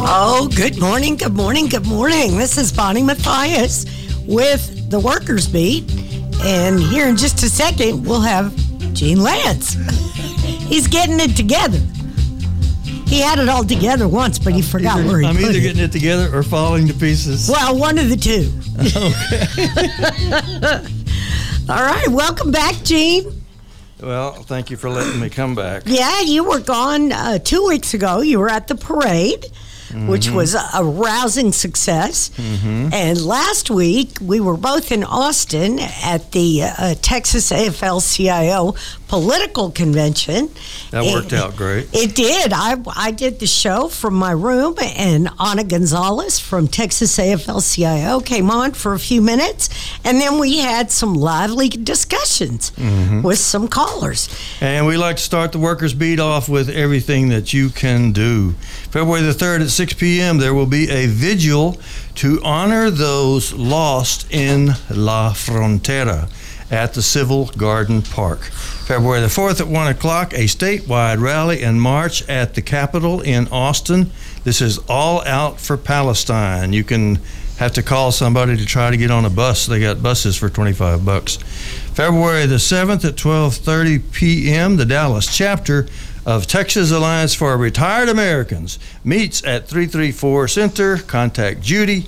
Hello, Oh, good morning, good morning, good morning. This is Bonnie Matthias with the Workers Beat. And here in just a second, we'll have Gene Lance. He's getting it together. He had it all together once, but he forgot Either- where he I'm put either it. getting it together or falling to pieces. Well, one of the two. All right, welcome back, Gene. Well, thank you for letting me come back. Yeah, you were gone uh, two weeks ago. You were at the parade, Mm-hmm. which was a, a rousing success. And last week, we were both in Austin at the uh, Texas AFL CIO political convention. That worked And- out great. It did. I, I did the show from my room, and Ana Gonzalez from Texas AFL CIO came on for a few minutes, and then we had some lively discussions Mm-hmm. with some callers. And we like to start the workers' beat off with everything that you can do. February the 3rd at 6 p.m., there will be a vigil to honor those lost in La Frontera at the Civil Garden Park. February the 4th at 1 o'clock, a statewide rally and march at the Capitol in Austin. This is all out for Palestine. You can have to call somebody to try to get on a bus. They got buses for 25 bucks. February the 7th at 12:30 p.m., the Dallas chapter of Texas Alliance for Retired Americans meets at 334 Center. Contact Judy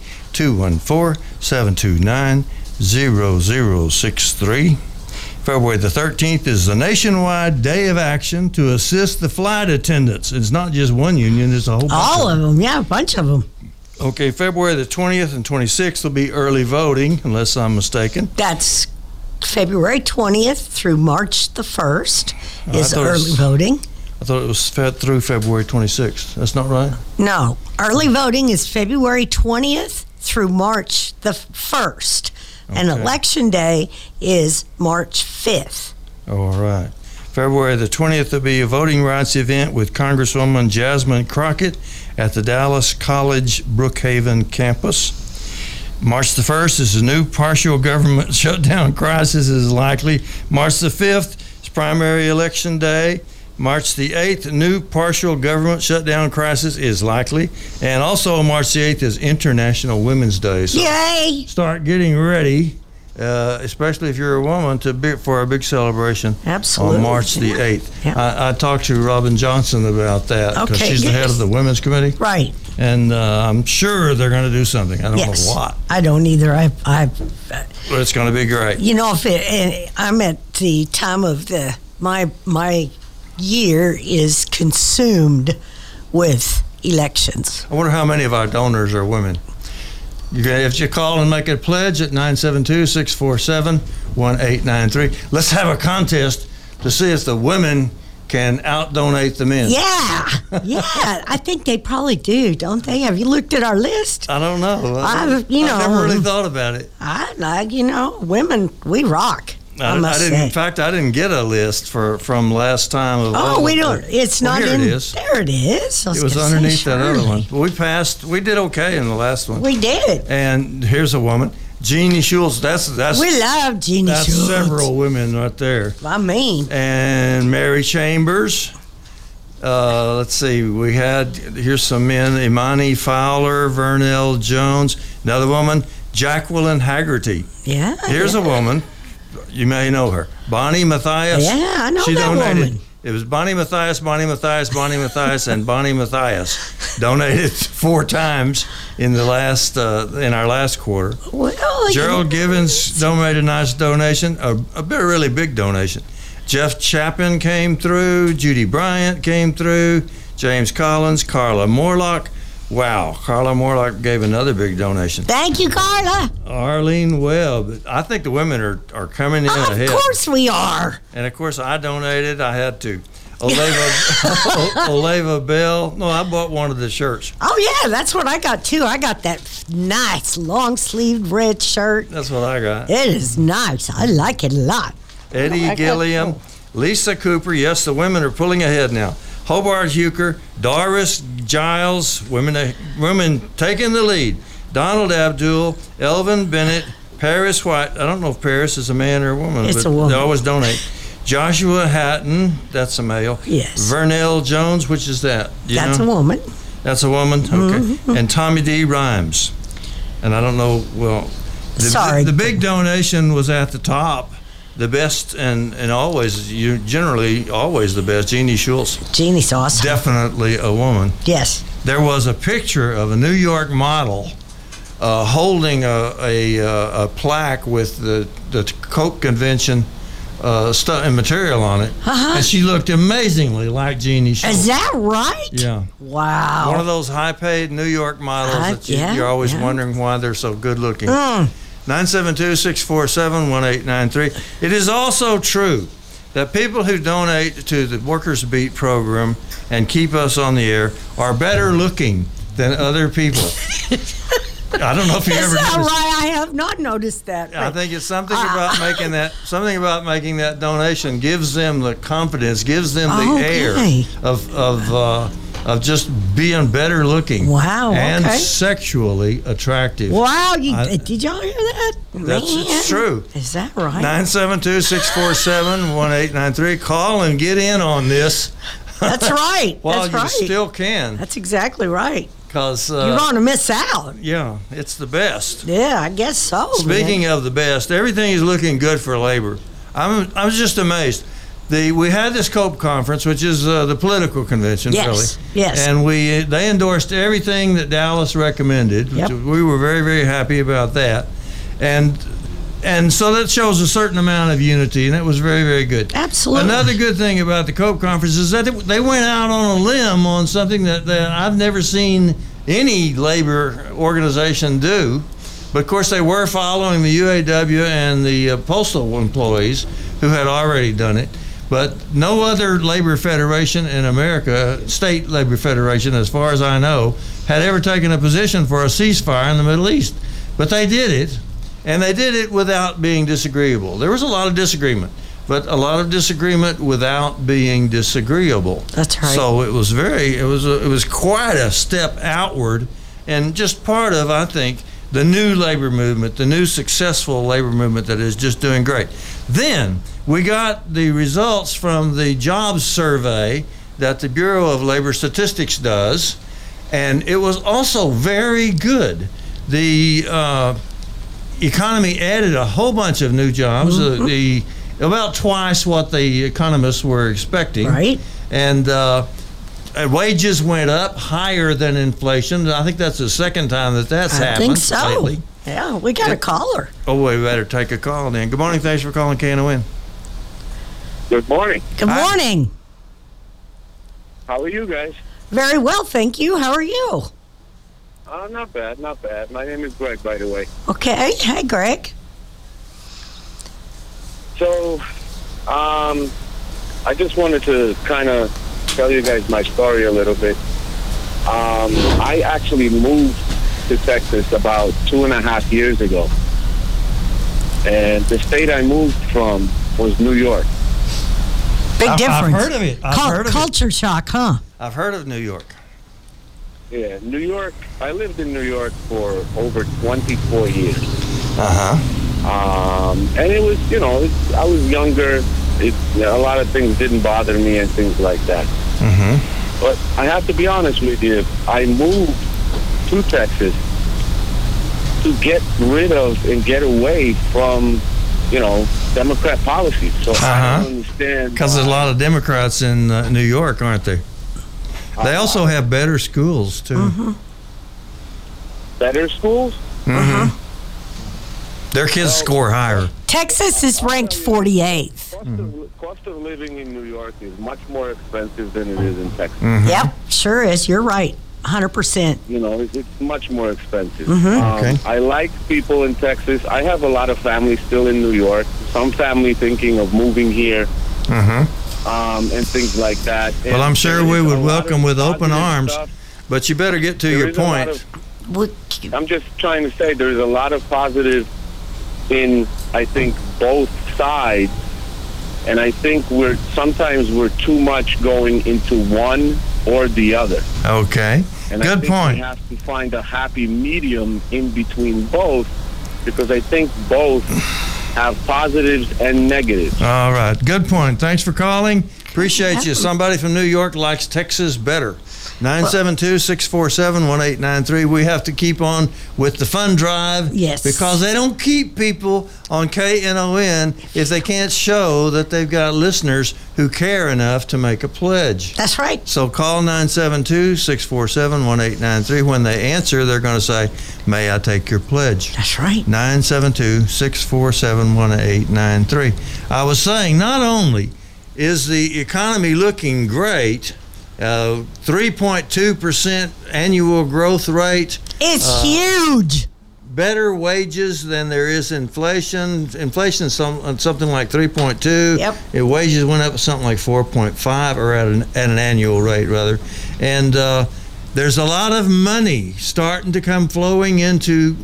214-729-0063. February the 13th is the nationwide day of action to assist the flight attendants. It's not just one union, it's a whole bunch All of them, yeah, a bunch of them. Okay, February the 20th and 26th will be early voting, unless I'm mistaken. That's February 20th through March the 1st is Oh, thought it was- early voting. I thought it was fe- through February 26th. That's not right? No, early voting is February 20th through March the 1st, and Okay. election day is March 5th. All right. February the 20th will be a voting rights event with Congresswoman Jasmine Crockett at the Dallas College Brookhaven campus. March the 1st is a new partial government shutdown crisis is likely. March the 5th is primary election day. March the 8th, new partial government shutdown crisis is likely. And also, March the 8th is International Women's Day. So Yay! start getting ready, uh, especially if you're a woman, to be, for a big celebration Absolutely. on March the 8th. Yeah. I, I talked to Robin Johnson about that because Okay, she's the head yes. of the Women's Committee, Right. and uh, I'm sure they're going to do something. I don't yes. know what, I don't either. I, I, but it's going to be great. you know, if it, and I'm at the time of the my my year is consumed with elections. I wonder how many of our donors are women. You can, if you call and make a pledge at 972 647 1893, let's have a contest to see if the women can out donate the men. Yeah, yeah. I think they probably do, don't they? Have you looked at our list? I don't know. I've- you I've never know, really um, thought about it. I like you know, women we rock. I, I, must didn't. In say. fact, I didn't get a list for from last time. Of oh, all we the- don't. It's Well, not here in. It, is. There it is. I it was gonna say, underneath that other surely. one. We passed. We did okay in the last one. We did. and here's a woman, Jeannie Schultz. That's that's We love Jeannie that's Schultz. several women right there. I mean, And Mary Chambers. Uh, let's see. We had here's some men: Imani Fowler, Vernell Jones, another woman, Jacqueline Haggerty. yeah. Here's a woman. You may know her. Bonnie Matthias. Yeah, I know she that donated. woman. It was Bonnie Matthias, Bonnie Matthias, Bonnie Matthias, and Bonnie Matthias donated four times in the last uh, in our last quarter. Well, you- Gerald Gibbons donated a nice donation, a, a bit, really big donation. Jeff Chapin came through, Judy Bryant came through, James Collins, Carla Morlock. Wow, Carla Morlock gave another big donation. Thank you, Carla. Arlene Webb. I think the women are, are coming in of ahead. course we are. And of course, I donated. I had to. Oleva, Oleva Bell. No, I bought one of the shirts. Oh yeah, that's what I got too. I got that nice long sleeved red shirt. That's what I got. It is Oh nice. I like it a lot. Eddie Gilliam, Lisa Cooper. Yes, the women are pulling ahead now. Hobart Huker, Doris Giles. Women, uh, women taking the lead. Donald Abdul, Elvin Bennett, Paris White. I don't know if Paris is a man or a woman. It's but a woman. They always donate. Joshua Hatton, that's a male. Yes. Vernell Jones, which is that? You That's know? a woman. That's a woman? Okay. Mm-hmm. And Tommy D. Rhymes. And I don't know, well, the, Sorry. the big donation was at the top. The best and, and always, you generally always the best. Jeannie Schultz, Jeannie's awesome. definitely a woman. yes. There was a picture of a New York model uh, holding a, a, uh, a plaque with the, the Coke convention uh, stuff and material on it. Uh-huh. And she looked amazingly like Jeannie Schultz. Is that right? yeah. Wow. One of those high paid New York models Uh, that you, yeah, you're always yeah. wondering why they're so good looking. Mm. 972 647 1893. It is also true that people who donate to the Workers Beat program and keep us on the air are better looking than other people. I don't know if you Is ever that noticed. right? I have not noticed that. I but- think it's something Ah. about making that something about making that donation gives them the confidence, gives them the Okay. air of of uh, of just being better looking. Wow, And okay. sexually attractive. Uh, wow. You, uh, I- did y'all hear that? That's- it's Man. true. Is that right? 972 647 1893. Call and get in on this That's right. while That's you right. still can. That's exactly right. Because, You're uh, going to miss out. yeah, it's the best. Yeah, I guess so. Speaking of the best, everything is looking good for labor. I'm I was just amazed. The we had this COPE conference, which is uh, the political convention, Yes, really. yes. And we they endorsed everything that Dallas recommended. which Yep. we were very very happy about that, and and so that shows a certain amount of unity, and it was very very good. Absolutely. Another good thing about the COPE conference is that it- they went out on a limb on something that, that I've never seen any labor organization do. But of course, they were following the UAW and the uh, postal employees who had already done it. But no other labor federation in America, state labor federation, as far as I know, had ever taken a position for a ceasefire in the Middle East. But they did it. And they did it without being disagreeable. There was a lot of disagreement, but a lot of disagreement without being disagreeable. That's right. So it was very, it was, a, it was quite a step outward, and just part of, I think, the new labor movement, the new successful labor movement that is just doing great. Then we got the results from the jobs survey that the Bureau of Labor Statistics does, and it was also very good. The uh, economy added a whole bunch of new jobs, Mm-hmm. uh, the about twice what the economists were expecting. Right. And uh, uh, wages went up higher than inflation. I think that's the second time that that's I happened think so. lately. Yeah, we got a caller. Oh, we better take a call then. Good morning. Thanks for calling KNON. Good morning. Good Hi. morning. How are you guys? Very well, thank you. How are you? Uh, not bad, not bad. My name is Greg, by the way. Okay. Hey, Greg. So, um, I just wanted to kind of tell you guys my story a little bit. Um, I actually moved to Texas about two and a half years ago. And the state I moved from was New York. I've- Big I've difference. heard of it. I've Cul- heard of it. culture shock, huh? I've heard of New York. Yeah, New York. I lived in New York for over 24 years. Uh huh. um, and it was you know it, I was younger. It, a lot of things didn't bother me and things like that. Mm-hmm. But I have to be honest with you. I moved to Texas to get rid of and get away from you know Democrat policies. So I Uh-huh. don't understand Because there's a lot of Democrats in uh, New York, aren't there? They also have better schools, too. Mm-hmm. better schools. Mm-hmm. Uh-huh. Their kids score higher. Texas is ranked 48th. Cost, of, cost of living in New York is much more expensive than it is in Texas. Mm-hmm. Yep, sure is. You're right. 100%. you know, it's, it's much more expensive. Um, Mm-hmm. Okay. I like people in Texas. I have a lot of family still in New York. Some family thinking of moving here um, and things like that. Mm-hmm. Well, I'm sure we would welcome with open arms But you better get to your point. We- I'm just trying to say there's a lot of positive in I think both sides, and I think we're sometimes we're too much going into one or the other. Okay. And I Good think point. We have to find a happy medium in between both because I think both have positives and negatives. All right. Good point. Thanks for calling. Appreciate you. Somebody from New York likes Texas better. 972 647 1893. We have to keep on with the fund drive. Yes. Because they don't keep people on KNON if they can't show that they've got listeners who care enough to make a pledge. That's right. So call 972 647 1893. When they answer, they're going to say, May I take your pledge? That's right. 972 647 1893. I was saying, not only is the economy looking great, uh, 3.2% annual growth rate, uh, It's huge. better wages than there is inflation. Inflation is some, uh, something like 3.2. Yep. It, wages went up something like 4.5 or at an, at an annual rate rather. And uh, there's a lot of money starting to come flowing into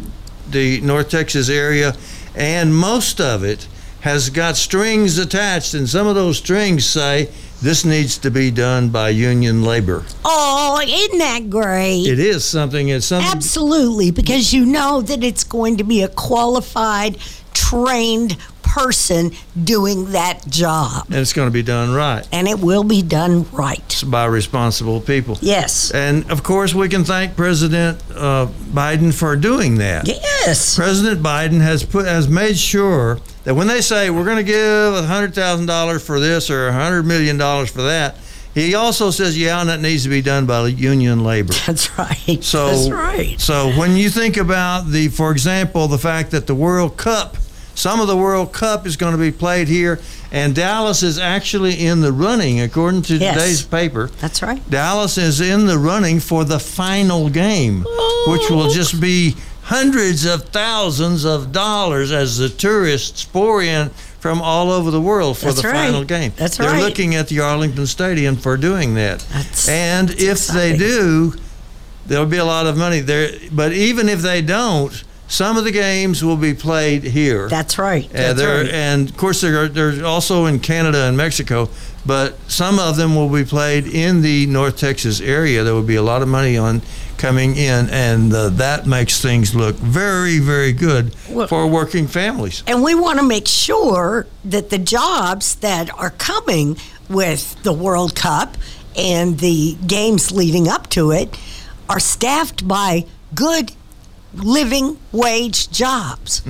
the North Texas area, and most of it has got strings attached, and some of those strings say this needs to be done by union labor. Oh, isn't that great? It is something. It's something. Absolutely, because you know that it's going to be a qualified, trained person doing that job, And it's going to be done right and it will be done right. by responsible people. Yes. And of course, we can thank President uh, Biden for doing that. Yes. President Biden has put has made sure that when they say we're going to give hundred thousand dollars for this or hundred million dollars for that, he also says, yeah, and that needs to be done by union labor. That's right. So That's right. So when you think about the, for example, the fact that the World Cup, some of the World Cup is going to be played here, and Dallas is actually in the running, according to Yes. today's paper. That's right. Dallas is in the running for the final game, which will just be hundreds of thousands of dollars as the tourists pour in from all over the world for That's the right. final game. That's They're right. looking at the Arlington Stadium for doing that. That's- and that's if they exciting. do, there'll be a lot of money there. But even if they don't, some of the games will be played here. That's right. Yeah, That's they're, right. and of course they're they're also in Canada and Mexico, but some of them will be played in the North Texas area. There will be a lot of money on coming in, and uh, that makes things look very very good Well- for working families. And we want to make sure that the jobs that are coming with the World Cup and the games leading up to it are staffed by good living wage jobs.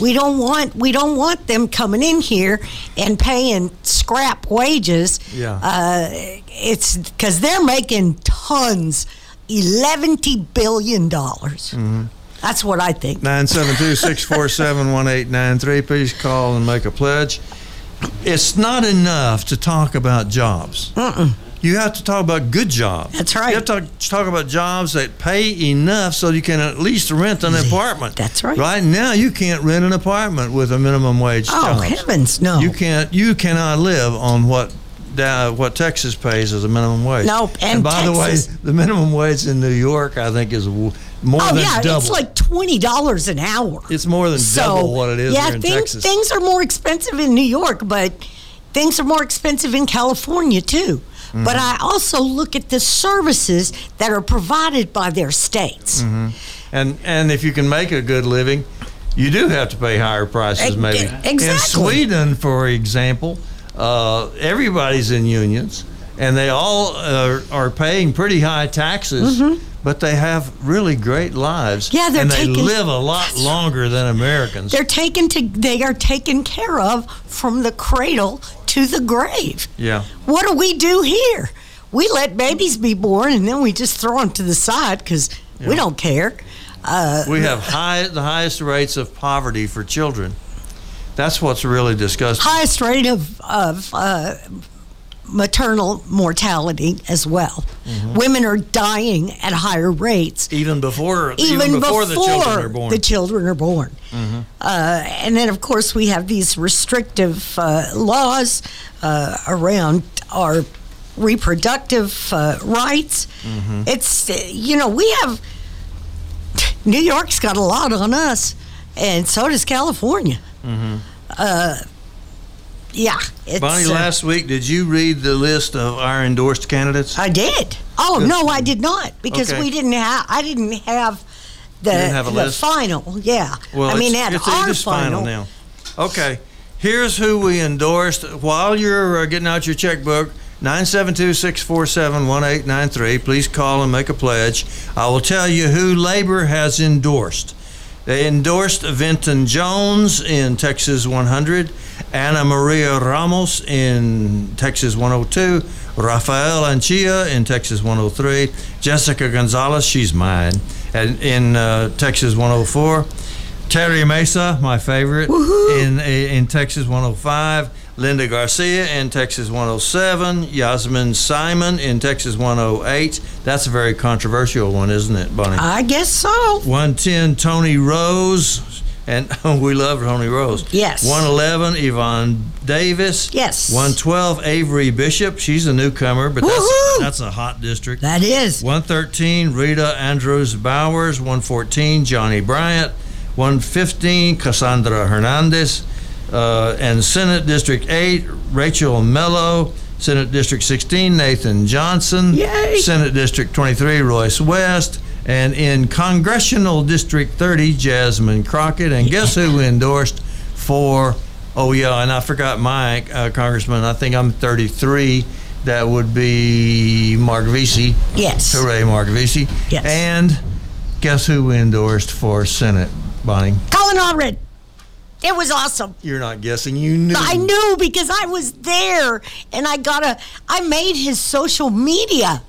We don't want we don't want them coming in here and paying scrap wages. Yeah. Uh, it's because they're making tons, eleven billion dollars. Mm. Mm-hmm. That's what I think. 972-647-1893. Please call and make a pledge. It's not enough to talk about jobs. You have to talk about good jobs. That's right. You have to talk, talk about jobs that pay enough so you can at least rent an apartment. That's right. Right now, you can't rent an apartment with a minimum wage Oh job. heavens, no! You can't. You cannot live on what da- what Texas pays as a minimum wage. Nope, and by Texas- the way, the minimum wage in New York, I think, is w- more Oh than yeah, double. it's like twenty dollars an hour. It's more than double what it is yeah, here in things, Texas. things are more expensive in New York, but things are more expensive in California too. Mm-hmm. But I also look at the services that are provided by their states. Mm-hmm. and and if you can make a good living, you do have to pay higher prices. E- Maybe in exactly. Sweden, for example, uh, everybody's in unions, and they all are, are paying pretty high taxes. But they have really great lives. Mm-hmm. Yeah, they're and they taking- live a lot longer than Americans. They're taken to they are taken care of from the cradle to the grave. Yeah. What do we do here? We let babies be born and then we just throw them to the side because we don't care. Uh, We have high the highest rates of poverty for children. That's what's really disgusting. highest rate of, of uh, maternal mortality as well. Mm-hmm. Women are dying at higher rates. Even before Even, before, the children are born. Mm-hmm. the children are born. Uh, and then, of course, we have these restrictive uh, laws uh, around our reproductive uh, rights. Mm-hmm. It's, uh, you know, we have, New York's got a lot on us, and so does California. Uh, yeah. It's, Mm-hmm. Bonnie, uh, last week, did you read the list of our endorsed candidates? I did. Oh no, I did not because Okay. we didn't have. I didn't have the didn't have a the list? final. Yeah, I mean it's, at it's, our it is final now. Okay, here's who we endorsed. While you're uh, getting out your checkbook, 972 647 1893. Please call and make a pledge. I will tell you who labor has endorsed. They endorsed Vinton Jones in Texas 100, Anna Maria Ramos in Texas 102, Rafael Anchia in Texas 103, Jessica Gonzalez, she's mine, and in uh, Texas 104, Terry Mesa, my favorite, in in Texas 105, Linda Garcia in Texas 107, Yasmin Simon in Texas 108. That's a very controversial one, isn't it, Bonnie? I guess so. 110 Tony Rose, and we love Tony Rose. Yes. 111 Yvonne Davis. Yes. 112 Avery Bishop. She's a newcomer, but that's, Woohoo! that's a hot district. That is. 113 Rita Andrews Bowers. 114 Johnny Bryant. 115 Cassandra Hernandez. Uh, and Senate District 8 Rachel Mello. Senate District 16 Nathan Johnson. Yay! Senate District 23 Royce West. And in Congressional District 30 Jasmine Crockett. And guess who endorsed for? Oh yeah, and I forgot my uh, congressman. I think I'm 33. That would be Mark Vesey. Yes. Hooray, Mark Vesey. Yes. And guess who endorsed for Senate, Bonnie? Colin Allred. It was awesome. You're not guessing. You knew. I knew because I was there and I got a I made his social media.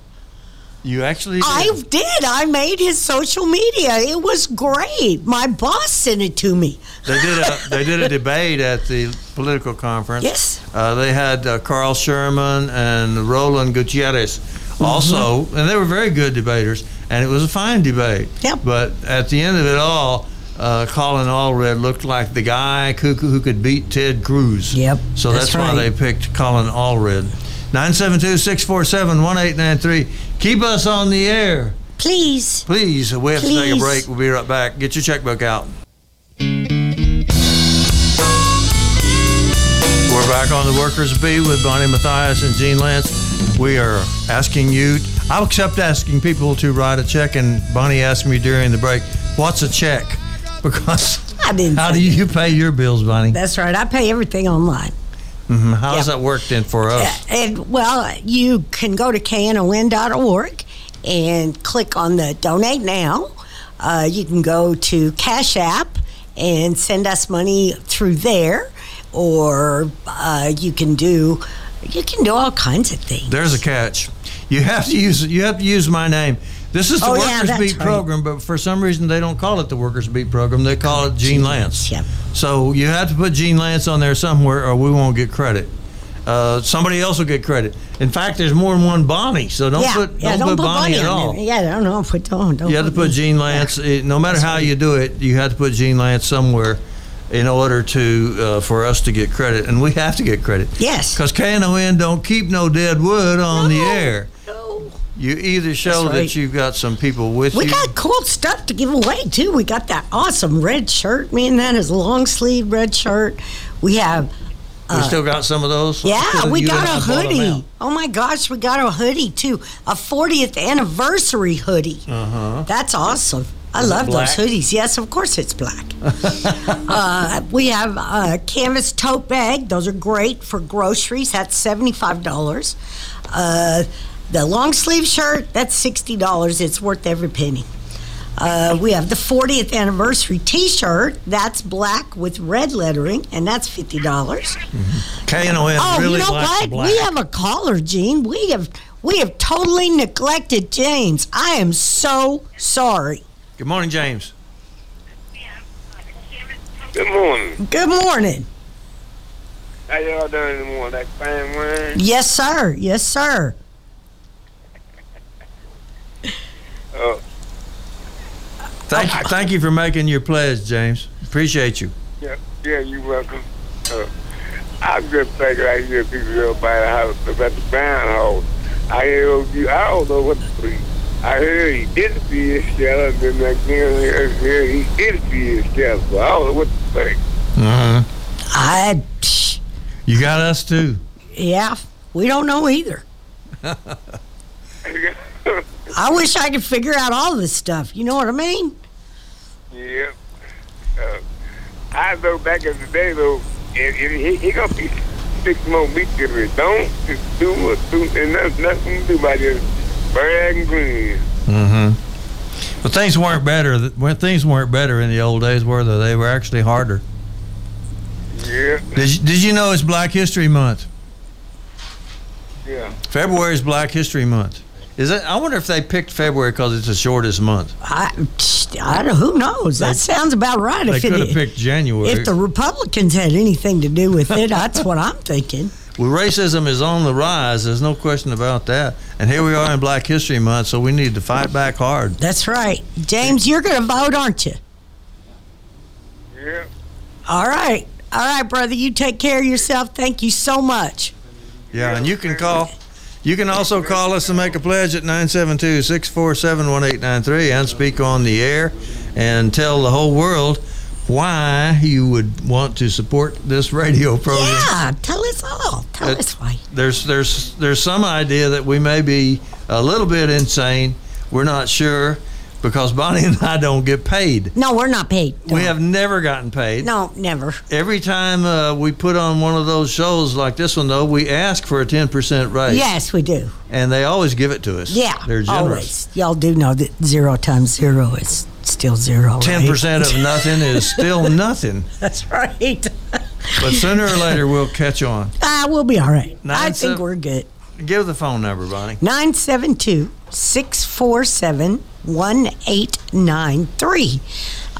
You actually. I Did. did. I made his social media. It was great. My boss sent it to me. They did a they did a debate at the political conference. Yes. Uh, they had uh, Carl Sherman and Roland Gutierrez also, Mm-hmm. and they were very good debaters, and it was a fine debate. Yep. But at the end of it all, uh, Colin Allred looked like the guy who, who could beat Ted Cruz. Yep, So that's, that's why right. they picked Colin Allred. 972 647 1893. Keep us on the air. Please. Please, we have to take a Please. break. We'll be right back. Get your checkbook out. We're back on the Workers Bee with Bonnie Matthias and Gene Lance. We are asking you, I'll accept asking people to write a check, and Bonnie asked me during the break, what's a check? Because I didn't how say do you pay your bills, Bonnie? That's right. I pay everything online. Mhm. How does yeah. that work then for us? And well, you can go to knon.org and click on the donate now. Uh, you can go to Cash App and send us money through there, or uh, you can do you can do all kinds of things. There's a catch. You have to use you have to use my name. This is the Oh, yeah, Workers that's Beat right. program, but for some reason they don't call it the Workers Beat program. They call it Gene Lance. Yep. So you have to put Gene Lance on there somewhere, or we won't get credit. Uh, somebody else will get credit. In fact, there's more than one Bonnie, so don't yeah, put yeah, don't, put, Bonnie, at on all. there. Yeah, I don't know. Put don't. don't You have to put me. Gene Lance. eh, no matter how you do it, you have to put Gene Lance somewhere in order to uh, for us to get credit, and we have to get credit. Yes. Because KNON don't keep no dead wood on the No. air. No. You either show That's that right. you've got some people with We you. got cool stuff to give away too. We got that awesome red shirt. Me and that is long sleeve red shirt. We have we still got some of those. Uh, Yeah, we You got and I a bought 'em out. hoodie. Oh my gosh, we got a hoodie too. A 40th anniversary hoodie. Uh-huh. That's awesome. I it love those black? hoodies. Yes, of course it's black. uh, we have a canvas tote bag. Those are great for groceries. That's $75. Uh, the long sleeve shirt, that's $60. It's worth every penny. Uh, we have the 40th anniversary T-shirt. That's black with red lettering, and that's fifty dollars. KNON Oh, really you know likes the what? black. We have a caller, Gene. We have we have totally neglected James. I am so sorry. Good morning, James. Good morning. Good morning. How y'all doing in the morning? That fine wine? Yes, sir. Yes, sir. Oh, Thank you, thank you for making your pledge, James. Appreciate you. yeah, yeah, you welcome. Oh. I'm just thinking I hear people go by the house about the brown hole. I hear you. I don't know what to believe. I heard he did see his shell, and then I hear hear he did see his shell. So I don't know what to think. Uh-huh. I, psh, You got us too. yeah, we don't know either. Mm-hmm. I wish I could figure out all this stuff. You know what I mean? Yep. Uh, I know back in the day though, and, and he, he gonna be six more weeks if it don't. Just do what do, and that's nothing to do about just brag and grin. Mm-hmm. But things weren't better. th- When things weren't better in the old days, were they? They were actually harder. Yeah, Did you, did you know it's Black History Month? yeah. February is Black History Month. Is it? I wonder if they picked February because it's the shortest month. I, I don't, who knows? That sounds about right. They If, could have it, picked January. if the Republicans had anything to do with it, that's what I'm thinking. Well, racism is on the rise. There's no question about that. And here we are in Black History Month, so we need to fight back hard. That's right. James, you're going to vote, aren't you? Yeah. All right. All right, brother. You take care of yourself. Thank you so much. Yeah, and you can call. You can also call us and make a pledge at 972 647 1893 and speak on the air and tell the whole world why you would want to support this radio program. Yeah. Ah, Tell us all. Tell It- us why. there's there's there's some idea that we may be a little bit insane. We're not sure because Bonnie and I don't get paid. No, we're not paid. We have never gotten paid. No, never. Every time uh, we put on one of those shows like this one, though, we ask for a ten percent raise. Yes, we do. and they always give it to us. Yeah. they're generous. Always. Y'all do know that zero times zero is still zero. Ten percent right? of nothing is still nothing, That's right. but sooner or later we'll catch on. Ah, we'll be all right. I Nine think sev- we're good. Give the phone number, Bonnie. 972 647 1893.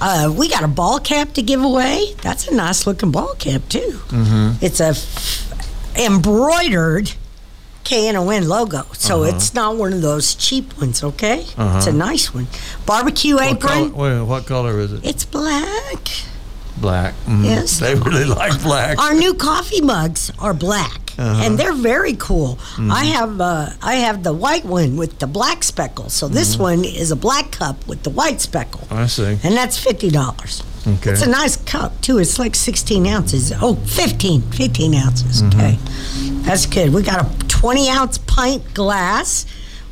Uh, We got a ball cap to give away. That's a nice looking ball cap, too. Mm-hmm. It's a f- embroidered KNON logo. So Uh-huh. it's not one of those cheap ones, okay? It's a nice one. Barbecue What color, apron. wait, what color is it? It's black. Black. Mm, Yes. They really like black. Our new coffee mugs are black, Uh-huh. and they're very cool. Mm-hmm. I have uh, I have the white one with the black speckle. So this Mm-hmm. one is a black cup with the white speckle, I see. and that's fifty dollars. Okay. It's a nice cup too. It's like sixteen ounces. Oh, 15, 15 ounces. Okay, that's good. We got a twenty ounce pint glass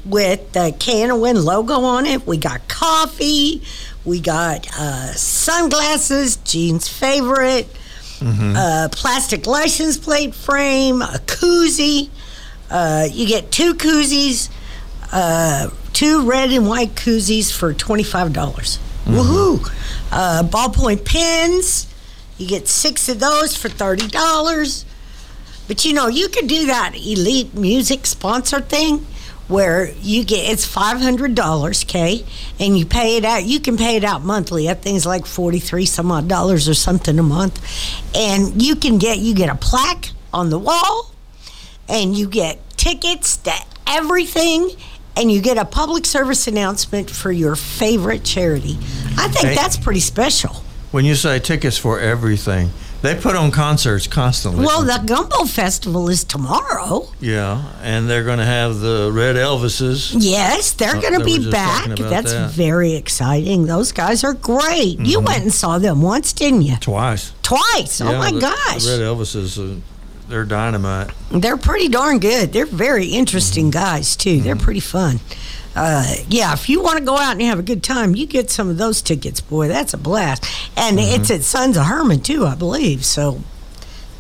with the Canowin logo on it. We got coffee. We got uh, sunglasses. Jean's favorite Mm-hmm. Mm-hmm. a plastic license plate frame, a koozie. Uh, you get two koozies, uh, two red and white koozies for $25. dollars Woohoo! Uh, ballpoint pens, you get six of those for $30. But you know, you could do that elite music sponsor thing where you get it's five hundred dollars, okay, and you pay it out. You can pay it out monthly. That thing's like forty three some odd dollars or something a month, and you can get you get a plaque on the wall, and you get tickets to everything. And you get a public service announcement for your favorite charity. I think Hey. that's pretty special. When you say tickets for everything, they put on concerts constantly. Well, the Gumbo Festival is tomorrow. yeah, and they're going to have the Red Elvises. Yes, they're Uh, going they to were be just talking back. about That's that. Mm-hmm. very exciting. Those guys are great. You went and saw them once, didn't you? Twice. Twice. oh Yeah, my the- gosh. The Red Elvises, uh, they're dynamite. They're pretty darn good. They're very interesting Mm-hmm. guys, too. They're pretty fun. Uh, yeah, if you want to go out and have a good time, you get some of those tickets, boy. That's a blast. And Mm-hmm. it's at Sons of Herman, too, I believe. So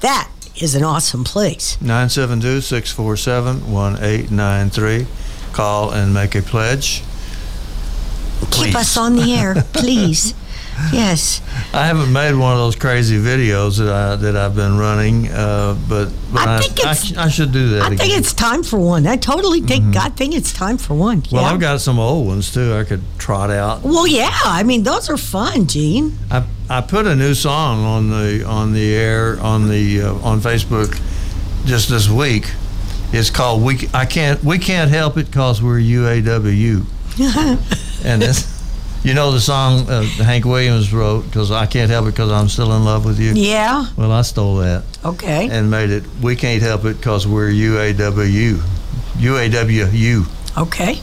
that is an awesome place. 972 647 1893. Call and make a pledge. Please. Keep us on the air, please. Yes. I haven't made one of those crazy videos that, I, that I've been running, uh, but, but I I, think I, it's- sh- I should do that I again. think it's time for one. I totally think I think it's time for one. Mm-hmm. well, yeah. I've got some old ones too I could trot out. Well, yeah. I mean, those are fun, Gene. I, I put a new song on the on the air on the uh, on Facebook just this week. It's called we I can't we can't help it cause we're UAWU. and it's, you know the song uh, Hank Williams wrote because I can't help it because I'm still in love with you. Yeah. Well, I stole that Okay. and made it we can't help it cause we're UAWU. UAWU. okay.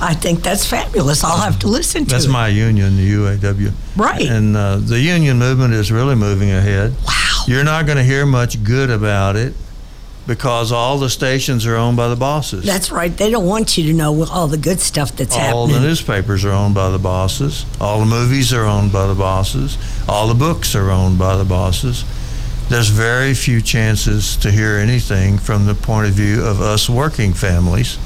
I think that's fabulous. I'll have to listen to That's it. my union, the UAW. Right. And uh, the union movement is really moving ahead. wow. You're not going to hear much good about it because all the stations are owned by the bosses. That's right. They don't want you to know all the good stuff that's all the happening. newspapers are owned by the bosses. All the movies are owned by the bosses. All the books are owned by the bosses. there's very few chances to hear anything from the point of view of us working families.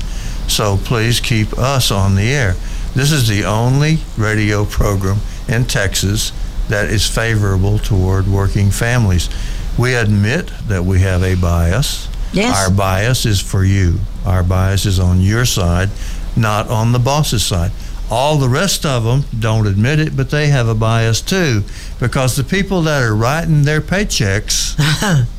So please keep us on the air. This is the only radio program in Texas that is favorable toward working families. We admit that we have a bias. Yes. Our bias is for you. Our bias is on your side, not on the boss's side. All the rest of them don't admit it, but they have a bias too, because the people that are writing their paychecks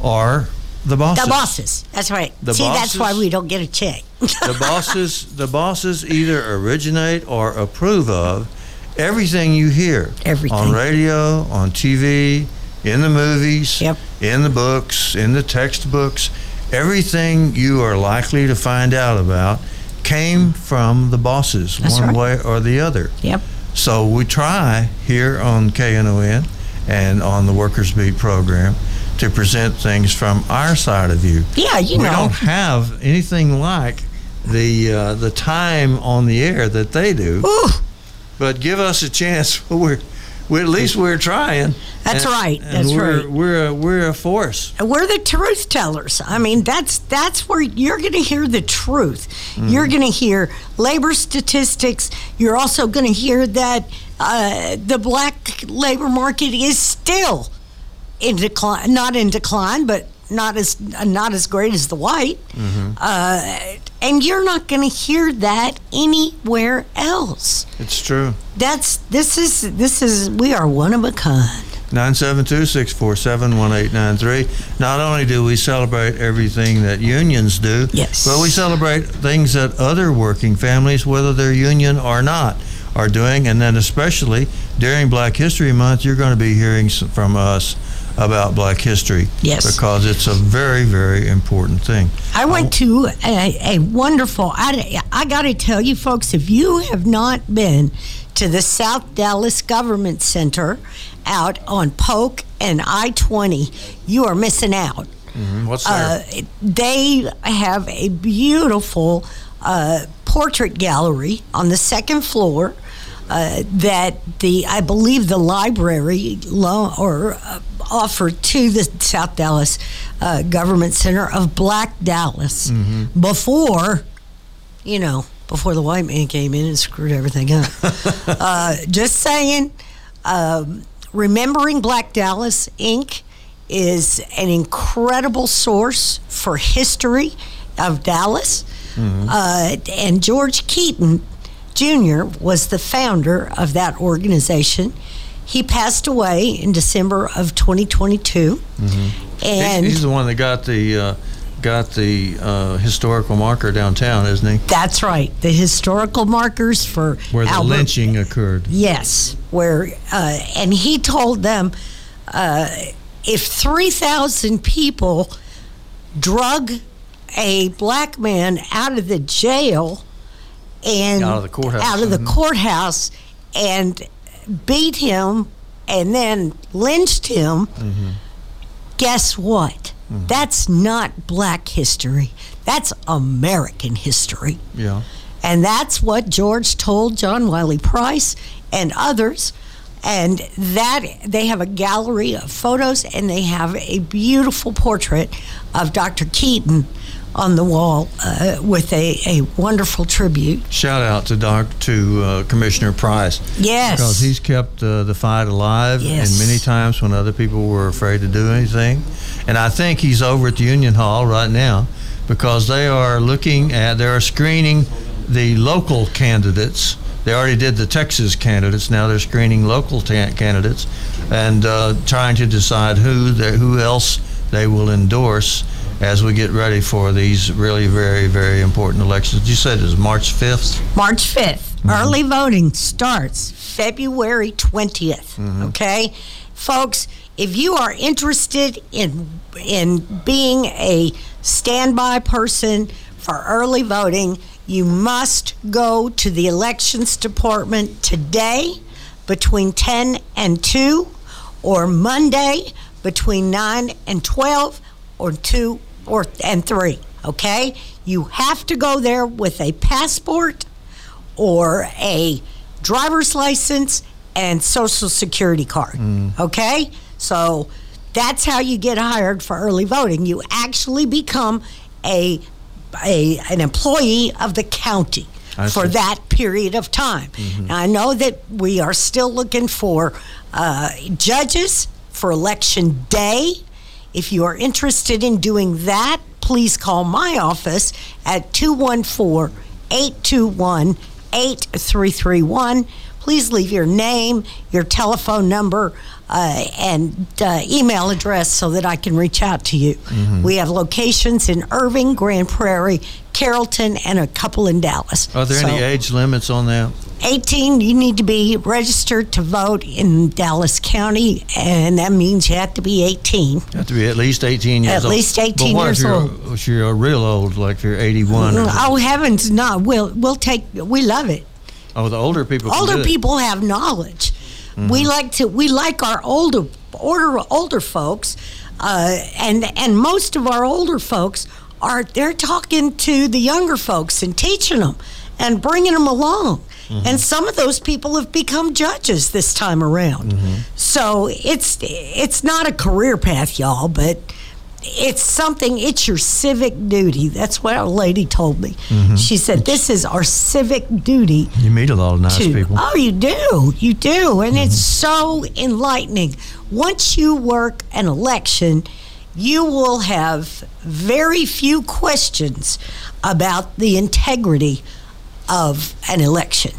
are the bosses. The bosses. That's right. The See, that's why bosses- we don't get a check. the bosses, the bosses either originate or approve of everything you hear Everything. on radio, on TV, in the movies, Yep. in the books, in the textbooks. Everything you are likely to find out about came from the bosses, That's one right. way or the other. Yep. So we try here on KNON and on the Workers Beat program to present things from our side of you Yeah, you we know. don't have anything like the uh, the time on the air that they do. Ooh, But give us a chance. We're, we at least we're trying. That's right. and That's we're, right. We're a, we're a force. we're the truth tellers. I mean, that's that's where you're going to hear the truth. You're going to hear labor statistics. You're also going to hear that uh, the black labor market is still in decline, not in decline, but not as not as great as the white. Uh, and you're not going to hear that anywhere else. It's true. That's this is this is we are one of a kind. 972-647-1893. Not only do we celebrate everything that unions do, Yes. but we celebrate things that other working families, whether they're union or not, are doing. And then especially during Black History Month, you're going to be hearing s- from us about Black history. Yes. Because it's a very, very important thing. I went to a, a wonderful. I, I got to tell you, folks, if you have not been to the South Dallas Government Center out on Polk and I 20, you are missing out. Mm-hmm. What's Uh, they have a beautiful uh, portrait gallery on the second floor uh, that the I believe the library lo- or uh, offered to the South Dallas uh, Government Center of Black Dallas Hmm. Mm-hmm. before, you know, before the white man came in and screwed everything up. uh, just saying. Um, Remembering Black Dallas Inc. is an incredible source for history of Dallas. Mm-hmm. Uh, and George Keaton Jr. was the founder of that organization. He passed away in December of 2022. Mm-hmm. And he's, he's the one that got the uh, got the uh, historical marker downtown, isn't he? that's right, the historical markers for Where the Albert lynching occurred. Yes, where uh, and he told them uh, if three thousand people drug a black man out of the jail and Out of the courthouse, out of the mhm. courthouse and beat him and then lynched him, Mm-hmm. guess what? That's not black history. That's American history. Yeah. And that's what George told John Wiley Price and others. And that they have a gallery of photos and they have a beautiful portrait of Dr. Keaton on the wall uh, with a, a wonderful tribute. Shout out to Doc to uh, Commissioner Price. Yes. Because he's kept uh, the fight alive, Yes. and many times when other people were afraid to do anything, and I think he's over at the Union Hall right now because they are looking at they are screening the local candidates. They already did the Texas candidates. Now they're screening local ta candidates and uh, trying to decide who they, who else they will endorse as we get ready for these really very very important elections. You said it's March fifth. March 5th. Early voting starts February 20th. Okay? Folks, if you are interested in in being a standby person for early voting, you must go to the elections department today between 10 and 2 or Monday between 9 and 12 or 2 or and 3, okay? You have to go there with a passport or a Mm. driver's license and social security card. Okay? So That's how you get hired for early voting. You actually become a, a an employee of the county I for see. that period of time. Mm-hmm. Now, I know that we are still looking for uh, judges for election day. If you are interested in doing that, please call my office at 214 821 8331. Please leave your name, your telephone number, uh, and uh, email address so that I can reach out to you. Mm-hmm. We have locations in Irving, Grand Prairie, Carrollton, and a couple in Dallas. Are there So, any age limits on that? 18, you need to be registered to vote in Dallas County, and that means you have to be 18. You have to be at least 18 years At old. least but 18 what years if you're, old. If you're real old, like if you're 81. or- Oh heavens, no! We'll we'll take. We love it. oh, the older people. can do Older it. Mm-hmm. people have knowledge. We like to. We like our older older older folks, uh, and and most of our older folks are they're talking to the younger folks and teaching them and bringing them along. Mm-hmm. And some of those people have become judges this time around. Mm-hmm. So it's it's not a career path, y'all, but it's something it's your civic duty that's what our lady told me she said this is our civic duty Mm-hmm. You meet a lot of nice to- people. Mm-hmm. Oh, you do. You do. And it's so enlightening. Once you work an election, you will have very few questions about the integrity of an election.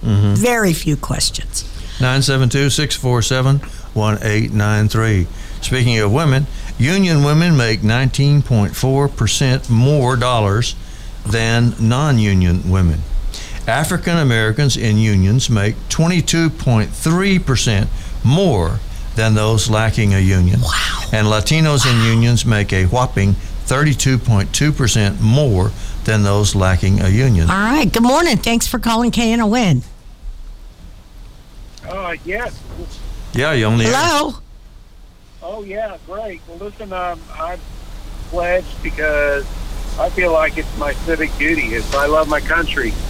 Mm-hmm. Mm. Very few questions. 972 647 1893. Speaking of women, union women make 19.4% more dollars than non union women. African Americans in unions make 22.3% more than those lacking a union. Wow. And Latinos in unions make a whopping 32.2% more than those lacking a union. All right. Good morning. Thanks for calling KNON. Uh, yes. Yeah, you only. Hello. Oh, yeah. Great. Well, listen, um, I pledged because I feel like it's my civic duty. It's, I love my country.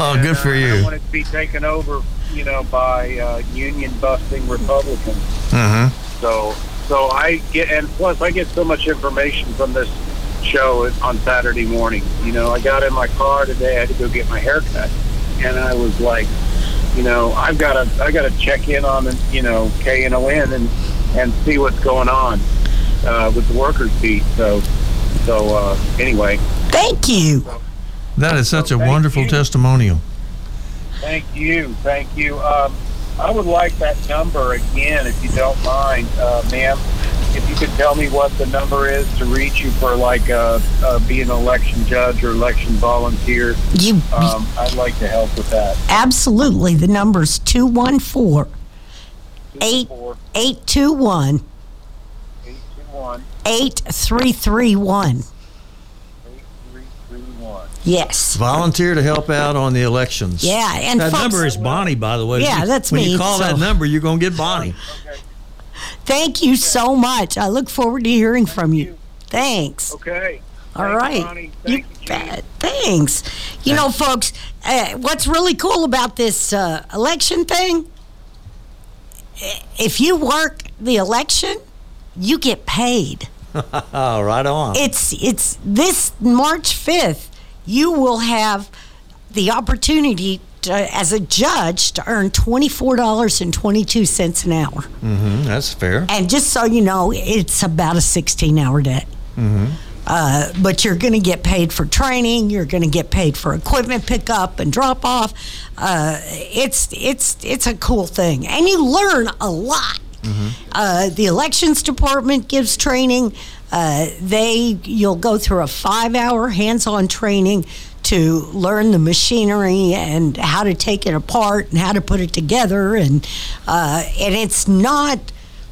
Oh, And, good uh, for I don't you. want it to be taken over, you know, by uh, union busting Republicans. Uh-huh. So, so I get, and plus I get so much information from this show on Saturday morning. You know, I got in my car today. I had to go get my hair cut, and I was like, you know, I've got to, I got to check in on, you know, K and O N and and see what's going on uh, with the workers beat. So, so uh, anyway, Thank you. That is such a Thank wonderful you. testimonial. thank you, thank you. Um, I would like that number again, if you don't mind, uh, ma'am. if you could tell me what the number is to reach you for like uh, uh, be an election judge or election volunteer, You um, I'd like to help with that. absolutely. The number's 214 Eight. 821 821 8331. 8331. Yes. Volunteer to help out on the elections. Yeah, and that folks- number is Bonnie, by the way. Yeah, that's when me, you call so- that number, you're gonna get Bonnie. Okay. Thank you so much. I look forward to hearing from you. you. Thanks. Okay. All Thank right. You, Bonnie. Thank you, Chief. bet. Thanks. You know, folks, uh, what's really cool about this uh, election thing? i- If you work the election, you get paid. Oh, right on. It's it's this March fifth. You will have the opportunity to, as a judge to earn twenty four dollars and twenty two cents an hour. Mm, that's fair. And just so you know, it's about a 16 hour day. Mm-hmm. Uh, but you're going to get paid for training. You're going to get paid for equipment pickup and drop off. Uh, it's it's it's a cool thing, and you learn a lot. Mm-hmm. Uh, the elections department gives training. Uh, they you'll go through a five hour hands on training to learn the machinery and how to take it apart and how to put it together, and uh, and it's not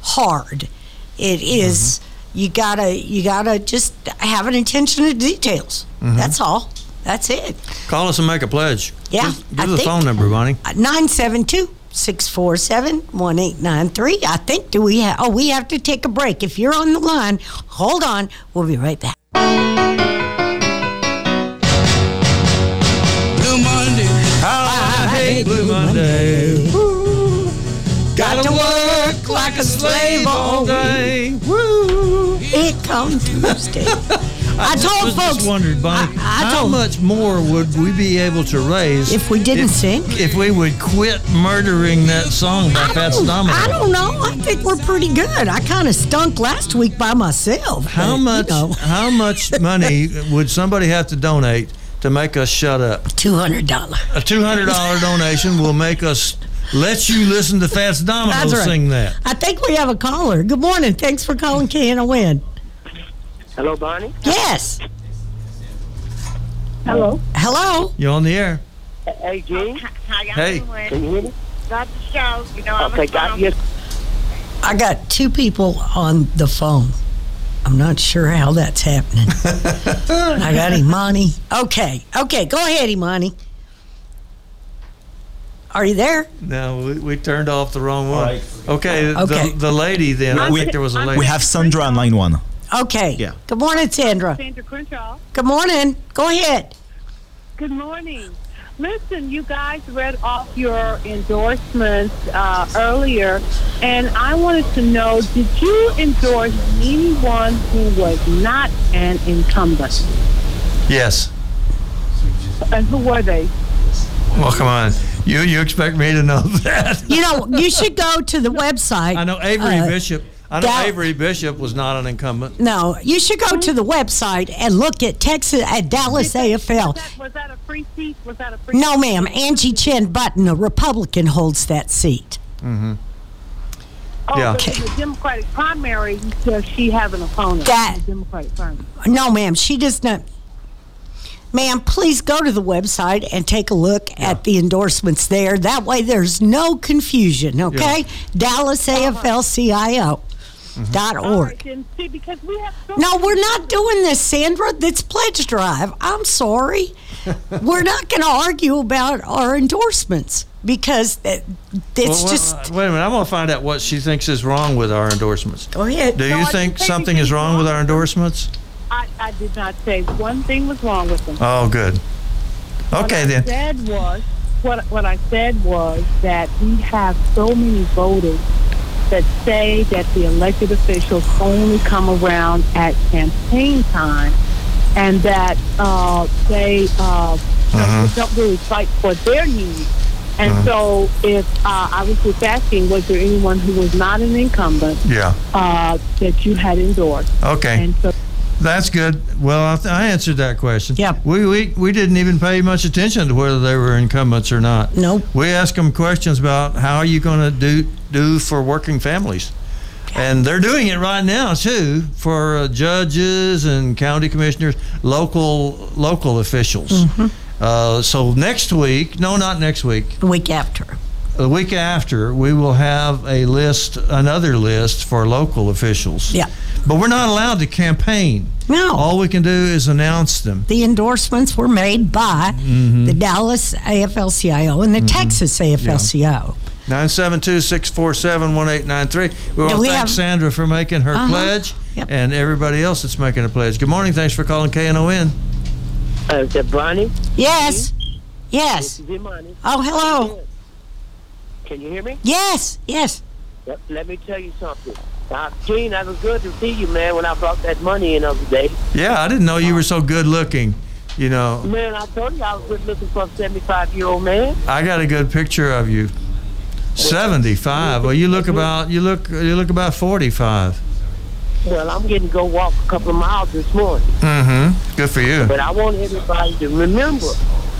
hard. It is- you gotta you gotta just have an attention to details. That's all. That's it. Call us and make a pledge. Yeah, Just give I the think- phone number, Bonnie. 972 647 1893. I think, do we have? Oh, we have to take a break. If you're on the line, hold on. We'll be right back. Blue Monday. I hate Blue Monday. Got to work like a slave all day. Woo. on Tuesday. I told was folks. just wondered, Bonnie, I, I how told much more would we be able to raise If we didn't sing? If we would quit murdering that song by Oh, I Fats don't, Domino. I don't know. I think we're pretty good. I kind of stunk last week by myself. but, How you much? know, How much money would somebody have to donate to make us shut up? Two hundred dollar. A two hundred dollar donation will make us let you listen to Fats Domino That's right. sing that. I think we have a caller. Good morning. Thanks for calling KNON. Hello, Bonnie. Yes. Hello. Hello. You're on the air. Hey, Gene. How y'all Hey. Can doing? you hear me? Love the show. You know um, I'm Okay, a got fan. you. I got two people on the phone. I'm not sure how that's happening. I got Imani. Okay. Okay. Go ahead, Imani. Are you there? No, we, we turned off the wrong one. Okay, Okay. The, the lady then. I We- think there was a lady. We have Sandra on line one. Okay. Yeah. Good morning, Sandra. Sandra Crenshaw. Good morning. Go ahead. Good morning. Listen, you guys read off your endorsements uh, earlier, and I wanted to know: Did you endorse anyone who was not an incumbent, yes. and who were they? Well, come on. You you expect me to know that? You know, you should go to the website. I know Avery Uh, Bishop. I know Gal- Avery Bishop was not an incumbent. No, you should go to the website and look at Texas at Dallas Was AFL. that, was that a free seat? Was that a free? No, ma'am. Angie Chen Button, a Republican, holds that seat. Oh, Yeah. but in the Democratic primary, does she have an opponent? That- in the Democratic primary. No, ma'am. She does not. Ma'am, please go to the website and take a look at the endorsements there. That way, there's no confusion. Okay, Dallas AFL Mm-hmm. dot All org. right, then, see, because we have so No, we're not doing this, Sandra. That's pledge drive. I'm sorry. we're not going to argue about our endorsements because that, it's Well, well, just. uh, wait a minute. I'm going to find out what she thinks is wrong with our endorsements. Go ahead. Do No, you I just think think something it's is wrong with our endorsements? I, I did not say one thing was wrong with them. Oh, good. Uh, Okay what then. I said was what what I said was that we have so many voters that say that the elected officials only come around at campaign time, and that uh, they uh, Uh-huh. don't really fight for their needs. And so, if uh, I was just asking, was there anyone who was not an incumbent Yeah. uh, that you had endorsed? Okay. And so, That's good. Well, I, th- I answered that question. Yep. We, we we didn't even pay much attention to whether they were incumbents or not. Nope. We asked them questions about how are you going to do do for working families, and they're doing it right now too for uh, judges and county commissioners, local local officials. Mm-hmm. Uh, so next week, no, not next week, The week after. the week after, we will have a list, another list for local officials. Yeah. But we're not allowed to campaign. No. All we can do is announce them. The endorsements were made by Mm-hmm. the Dallas AFL CIO and the Texas AFL CIO. 972 647 1893. We want to we thank have- Sandra for making her Uh-huh. pledge Yep. and everybody else that's making a pledge. Good morning. Thanks for calling KNON. Uh, is that Bonnie? Yes. Yes. Is it Bonnie? Oh, hello. Can you hear me? Yes. Yes. Yep. Let me tell you something. Now, Gene, I was good to see you, man, when I brought that money in the other day. Yeah, I didn't know you were so good looking. You know, Man, I told you I was good looking for a 75 year old man. I got a good picture of you. 75. Well, you look about you look you look about 45. Well, I'm getting to go walk a couple of miles this morning. Mm-hmm. Good for you. But I want everybody to remember,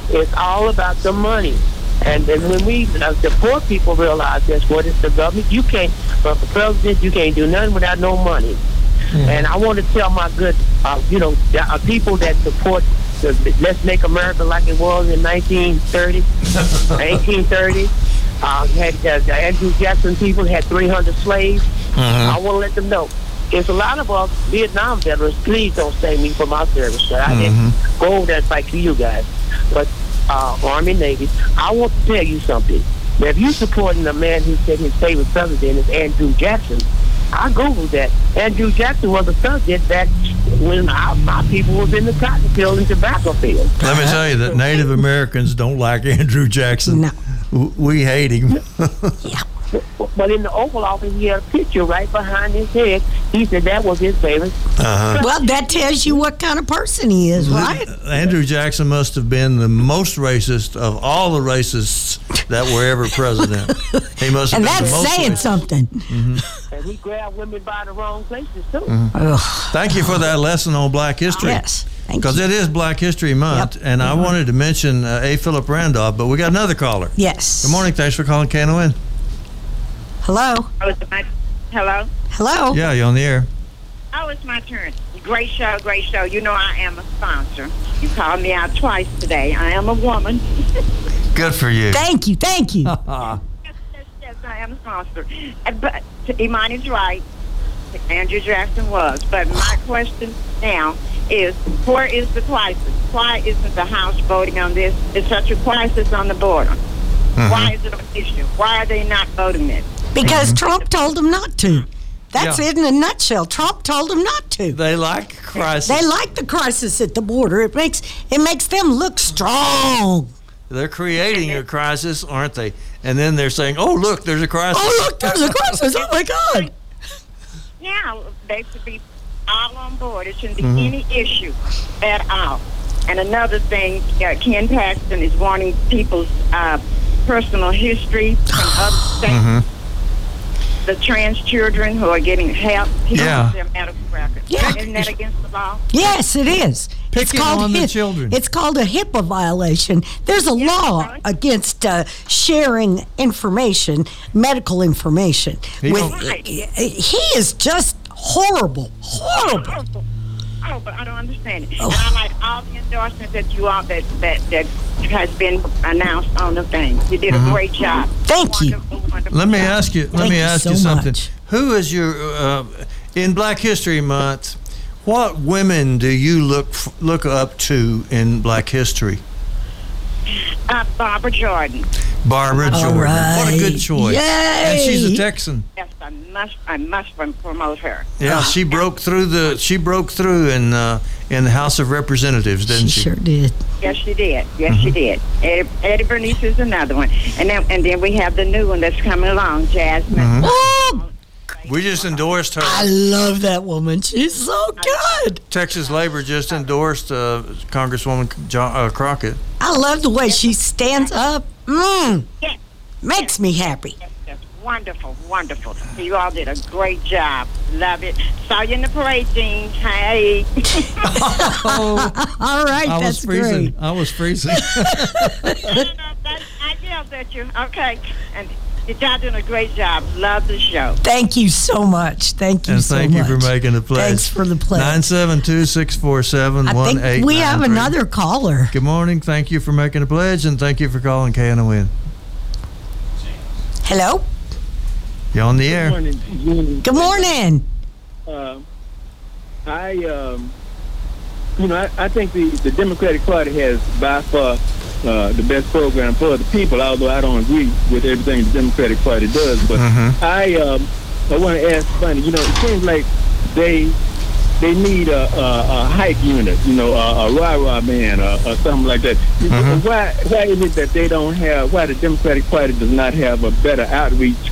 it's all about the money. And, and when we, uh, the poor people realize that's what it's the government. You can't, but for president, you can't do nothing without no money. And I want to tell my good, uh, you know, the, uh, people that support the Let's Make America Like It Was in 1930, 1830. Uh, had uh, the Andrew Jackson people had 300 slaves. I want to let them know. It's a lot of us Vietnam veterans. Please don't say me for my service. Sir. I didn't go over there and fight for you guys. But uh, Army, Navy, I want to tell you something. Now, if you're supporting a man who said his favorite president is Andrew Jackson, I googled that. Andrew Jackson was a subject that when I, my people was in the cotton field and tobacco field. Let me tell you that Native Americans don't like Andrew Jackson. No. W- We hate him. Yeah. But in the Oval Office, he had a picture right behind his head. He said that was his favorite. Uh-huh. Well, that tells you what kind of person he Mm-hmm. is, right? Andrew Jackson must have been the most racist of all the racists that were ever president. He must have And been that's the most saying racist. Mm-hmm. something. And he grabbed women by the wrong places, too. Ugh, Thank you for that lesson on Black history. yes. Thank Because you. Mm-hmm. it is Black History Month, and I wanted to mention uh, A. Philip Randolph, but we got another caller. Yes. Good morning. Thanks for calling KNON. Hello. Oh, it's my, hello? Hello. Yeah, you're on the air. Oh, it's my turn. Great show, great show. You know I am a sponsor. You called me out twice today. I am a woman. Good for you. Thank you. Thank you. yes, yes, yes, I am a sponsor. Uh, But Imani's right. Andrew Jackson was. But my question now is, where is the crisis? Why isn't the House voting on this? It's such a crisis on the border. Why is it an issue? Why are they not voting it? Because Trump told him not to. That's Mm-hmm. Yeah. it in a nutshell. Trump told him not to. They like crisis. They like the crisis at the border. It makes it makes them look strong. They're creating a crisis, aren't they? And then they're saying, "Oh, look, there's a crisis." Oh look, there's a crisis. Oh my God. now they should be all on board. It shouldn't be any issue at all. And another thing, uh, Ken Paxton is wanting people's uh, personal history from other states. The trans children who are getting help, he Yeah. wants their medical record. Yeah. Isn't that against the law? Yes, it is. it's Picking called on the hip- children. It's called a HIPAA violation. There's a law right. against uh, sharing information, medical information. He with, don't- Right. he is just horrible, horrible. Oh, oh, but I don't understand it. And I like all the endorsements that you all that that, that has been announced on the thing. You did a great job. Thank you. Wonderful, wonderful Let me job. ask you. Let Thank me you ask so you something. much. Who is your uh, in Black History Month? What women do you look f- look up to in Black history? Uh, Barbara Jordan. Barbara All Jordan. What a good right. choice. And she's a Yay. Texan. Yes, I must. I must promote her. Yeah, she Oh. broke through the she broke through in uh, in the House of Representatives, didn't she? sure did. Yes, she did. Yes, Mm-hmm. she did. Eddie, Eddie Bernice is another one, and then and then we have the new one that's coming along, Jasmine. Oh, Mm-hmm. We just endorsed her. I love that woman. She's so good. Texas Labor just endorsed uh, Congresswoman Jo uh, Crockett. I love the way she stands up. Mm, Yes, makes me happy. yes, yes. Wonderful, wonderful. You all did a great job. Love it. Saw you in the parade, Jean. Hey. Oh. All right, that's great. I was freezing. I yelled at you. Okay, and y'all doing a great job. Love the show. Thank you so much. Thank you and so thank much. you for making the pledge. Thanks for the pledge. Nine seven two six four seven I one think eight. we have another caller. Good morning. Thank you for making a pledge, and thank you for calling KNON. Hello. You're on the air. Good morning. Good morning. Uh, I, um, you know, I, I think the, the Democratic Party has by far uh, the best program for the people, although I don't agree with everything the Democratic Party does. But I, um, I want to ask Bunny, you know, it seems like they they need a, a, a hype unit, you know, a, a rah-rah band or, or something like that. Why, why is it that they don't have, why the Democratic Party does not have a better outreach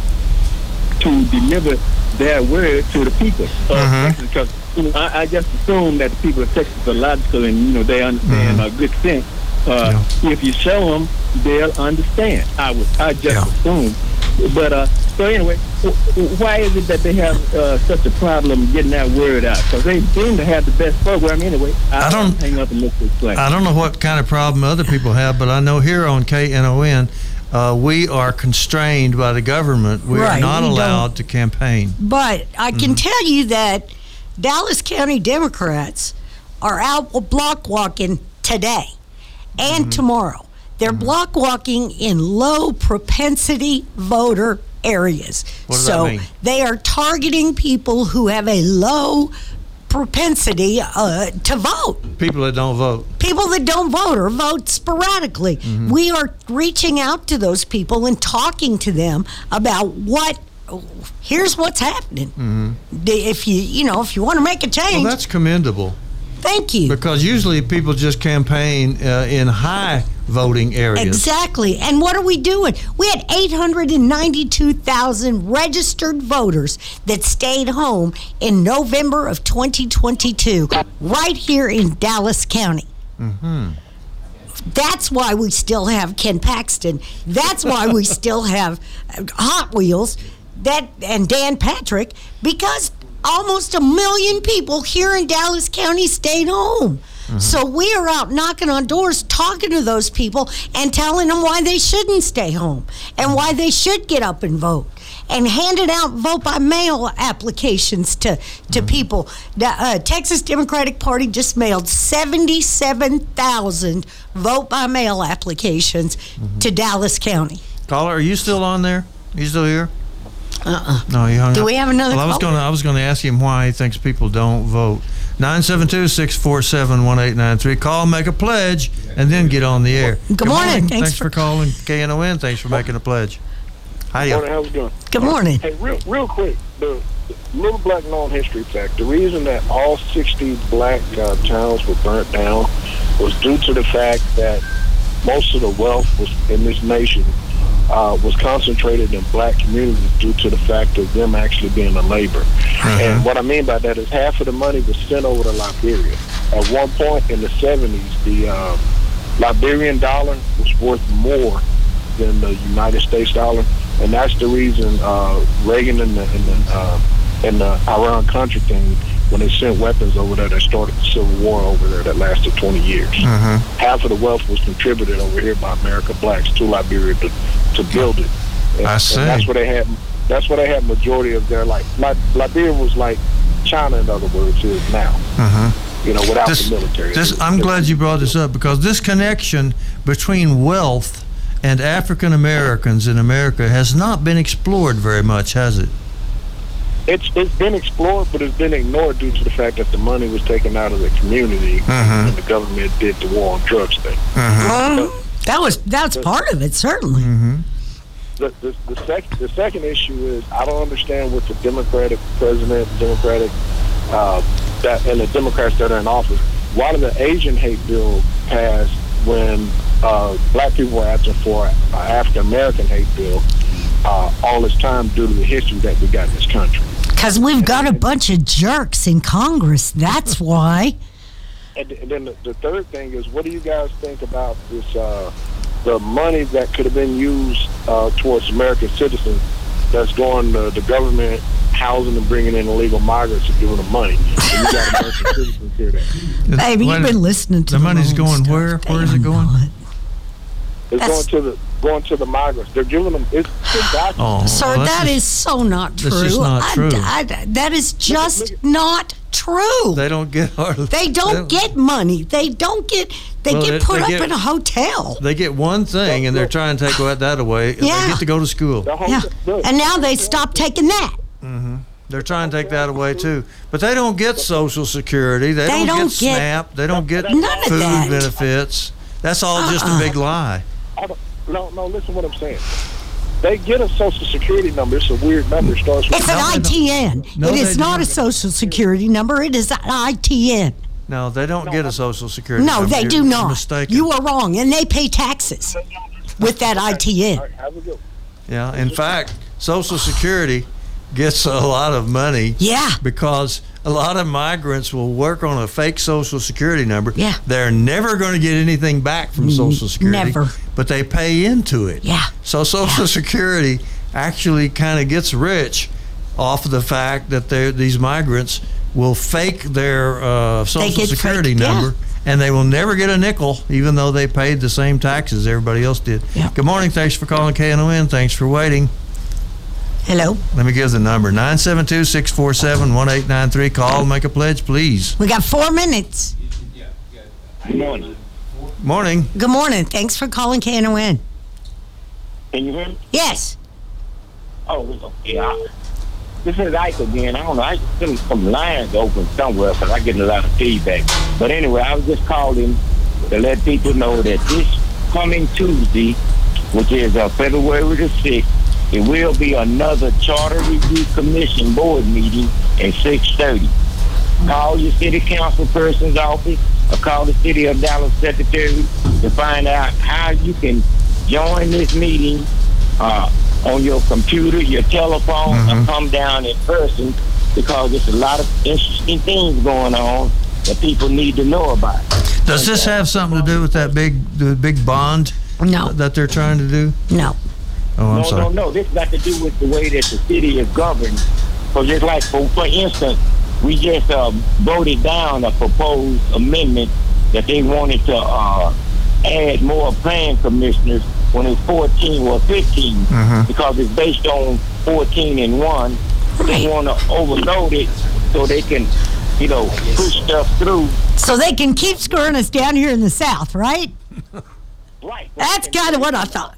to deliver their word to the people of Uh-huh. Texas. Because you know, I, I just assume that the people of Texas are logical and you know they Mm-hmm. understand uh, good sense. Uh, If you show them, they'll understand. I would, I just assume. But uh, so anyway, w- w- why is it that they have uh, such a problem getting that word out? Because they seem to have the best program anyway. I, I don't- hang up and look this way. I don't know what kind of problem other people have, but I know here on KNON, uh, we are constrained by the government. We are Right, not we don't- allowed to campaign. But I Mm-hmm. can tell you that Dallas County Democrats are out block walking today and Mm-hmm. tomorrow. They're block walking in low propensity voter areas. What does that so mean? they are targeting people who have a low propensity uh, to vote. People that don't vote. people that don't vote or vote sporadically. Mm-hmm. We are reaching out to those people and talking to them about what Mm-hmm. here's what's happening. D If you you know if you want to make a change, Well, that's commendable. Thank you. Because usually people just campaign uh, in high voting areas. Exactly. And what are we doing? We had 892,000 registered voters that stayed home in November of 2022, right here in Dallas County. That's why we still have Ken Paxton. That's why we still have Hot Wheels that and Dan Patrick because almost a million people here in Dallas County stayed home. So we are out knocking on doors, talking to those people and telling them why they shouldn't stay home and why they should get up and vote. And handing out vote by mail applications to, to people. The uh, Texas Democratic Party just mailed 77,000 vote by mail applications to Dallas County. Caller, are you still on there? You still here? Uh-uh. No, you hung Do up. we have another Well, I was caller? gonna, I was gonna ask him why he thinks people don't vote. 972-647-1893. Call, make a pledge, and then get on the air. Good morning. Thanks, Thanks for, for- calling KNON. Thanks for making a pledge. Morning, Hiya. how's it going? Good morning. Hey, real, real quick, the the Little Black Known History Fact. The reason that all 60 black uh, towns were burnt down was due to the fact that most of the wealth was in this nation uh, was concentrated in black communities due to the fact of them actually being a labor. And what I mean by that is half of the money was sent over to Liberia. At one point in the 70s, the um, Liberian dollar was worth more than the United States dollar, and that's the reason uh, Reagan and the and the, uh, and the Iran Contra thing, when they sent weapons over there, that started the civil war over there that lasted 20 years. uh-huh. Half of the wealth was contributed over here by American blacks to Liberia to, to build it. And, I and see. that's where they had. That's where they had majority of their like. Li- Liberia was like China, in other words, is now. You know, without This- the military. Uh-huh. this, I'm glad you brought this up because this connection between wealth and African Americans in America has not been explored very much, has it? it's it's been explored, but it's been ignored due to the fact that the money was taken out of the community Mhm. and the government did the war on drugs thing. That was that's part of it, certainly. The, the, the, sec, the second issue is I don't understand what the Democratic president, Democratic uh, that and the Democrats that are in office. Why did the Asian hate bill pass when uh, black people were asking for an African American hate bill uh, all this time due to the history that we got in this country? Because we've got a bunch of jerks in Congress. That's why. And, and then the, the third thing is, what do you guys think about this? Uh, the money that could have been used uh, towards American citizens that's going to the government housing and bringing in illegal migrants and giving them money. And you got American citizens here that Baby, What- you've been listening to the money's wrong going stuff. where? Where is Damn it going? not. it's That's- going to the going to the migrants. They're giving them. It's, it's documents. Oh, Sir, well, that's that just- is so not true. that's just not I- true. I- that is just not true. They, They don't get hardly. don't get money. They don't get. They Well, get they- put they up get- in a hotel. They get one thing, and they're trying to take away that away. They Yeah. get to go to school. The whole Yeah, look, and now they stop taking that. They're trying to take that away too. But they don't get Social Security. They, They don't, don't get, get SNAP. They don't get none of food that. Uh-uh. benefits. That's all just a big lie. I don't- no, no. Listen, what I'm saying. They get a social security number. It's a weird number. It starts with It's an ITN. No, it they is not don't. a social security number. It is an ITN. No, they don't get a Social Security. No, number. they You're- do you're not. mistaken. You are wrong, and they pay taxes with that ITN. All right, have a good. one. Yeah. In fact, Social Security gets a lot of money. Yeah. Because a lot of migrants will work on a fake Social Security number. Yeah. Mm-hmm. They're never going to get anything back from Social Security. never. But they pay into it. Yeah. So Social Security actually kind of gets rich off of the fact that they're- these migrants will fake their uh, Social get Security fake- yeah. number. And they will never get a nickel, even though they paid the same taxes everybody else did. Yeah. Good morning. Thanks for calling KNON. Thanks for waiting. Hello. Let me give the number 972 647 1893. Call and make a pledge, please. We got four minutes. Good morning. Morning. Good morning. Thanks for calling KNON. Can you hear me? Yes. Oh, yeah. This is Ike again. I don't know. I some some lines open somewhere because I get a lot of feedback. But anyway, I was just calling to let people know that this coming Tuesday, which is uh, February the sixth, it will be another Charter Review Commission board meeting at six thirty. Call your city council person's office or call the city of Dallas secretary to find out how you can join this meeting uh, on your computer, your telephone, or come down in person because there's a lot of interesting things going on that people need to know about. Does this have something to do with that big the big bond No, that they're trying to do? no. Oh, I'm no, sorry. no, no. This got to do with the way that the city is governed. So just like, for, for instance, we just uh, voted down a proposed amendment that they wanted to uh, add more plan commissioners when it's 14 or 15 Mm-hmm. because it's based on 14 and 1. They Right. want to overload it so they can, you know, push stuff through. So they can keep screwing us down here in the South, right? Right. That's kind of what I thought.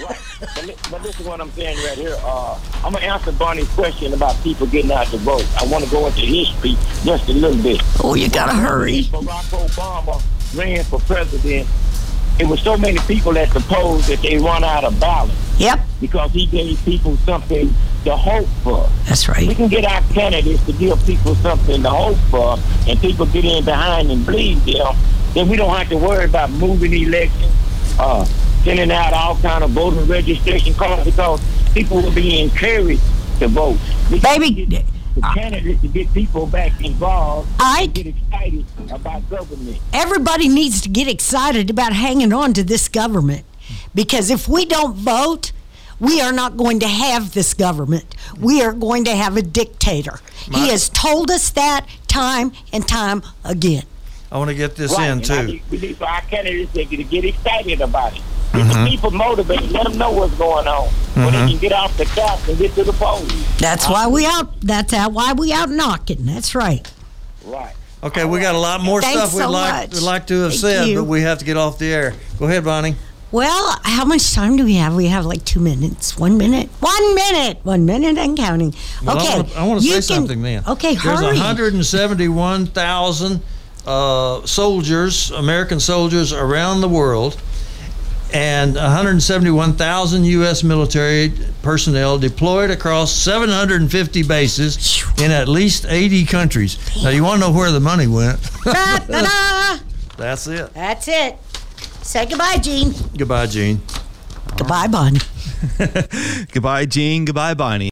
But li- but this is what I'm saying right here. Uh, I'm gonna answer Barney's question about people getting out to vote. I want to go into history just a little bit. Oh, you gotta hurry. Barack Obama ran for president. It was so many people that supposed that they run out of ballots Yep, because he gave people something to hope for. that's We right. can get our candidates to give people something to hope for, and people get in behind and bleed them. Then we don't have to worry about moving elections, uh, sending out all kind of voter registration cards because people will be encouraged to vote. We can Baby, uh, get the candidates to get people back involved, I- and get excited about government. Everybody needs to get excited about hanging on to this government because if we don't vote, we are not going to have this government. We are going to have a dictator. He has told us that time and time again. I want to get this in and I too. think we need for our candidates to get, get excited about it. Get Mm-hmm. the people motivated. Let them know what's going on, so they can get off the couch and get to the polls. That's why we out. That's how, why we out knocking. That's right. Right. Okay, we got a lot more Thanks stuff we'd so like much. we'd like to have Thank said, you. but we have to get off the air. Go ahead, Bonnie. Well, how much time do we have? We have like two minutes. One minute. One minute. One minute and counting. Well, I okay. wanna- I want to you say can- something then. Okay, There's hurry. 171,000 uh, soldiers, American soldiers around the world, and 171,000 U.S. military personnel deployed across 750 bases in at least 80 countries. Now, you want to know where the money went? Ta-da! That's it. That's it. Say goodbye, Gene. Goodbye, Gene. Goodbye, Bonnie. Goodbye, Gene. Goodbye, Bonnie.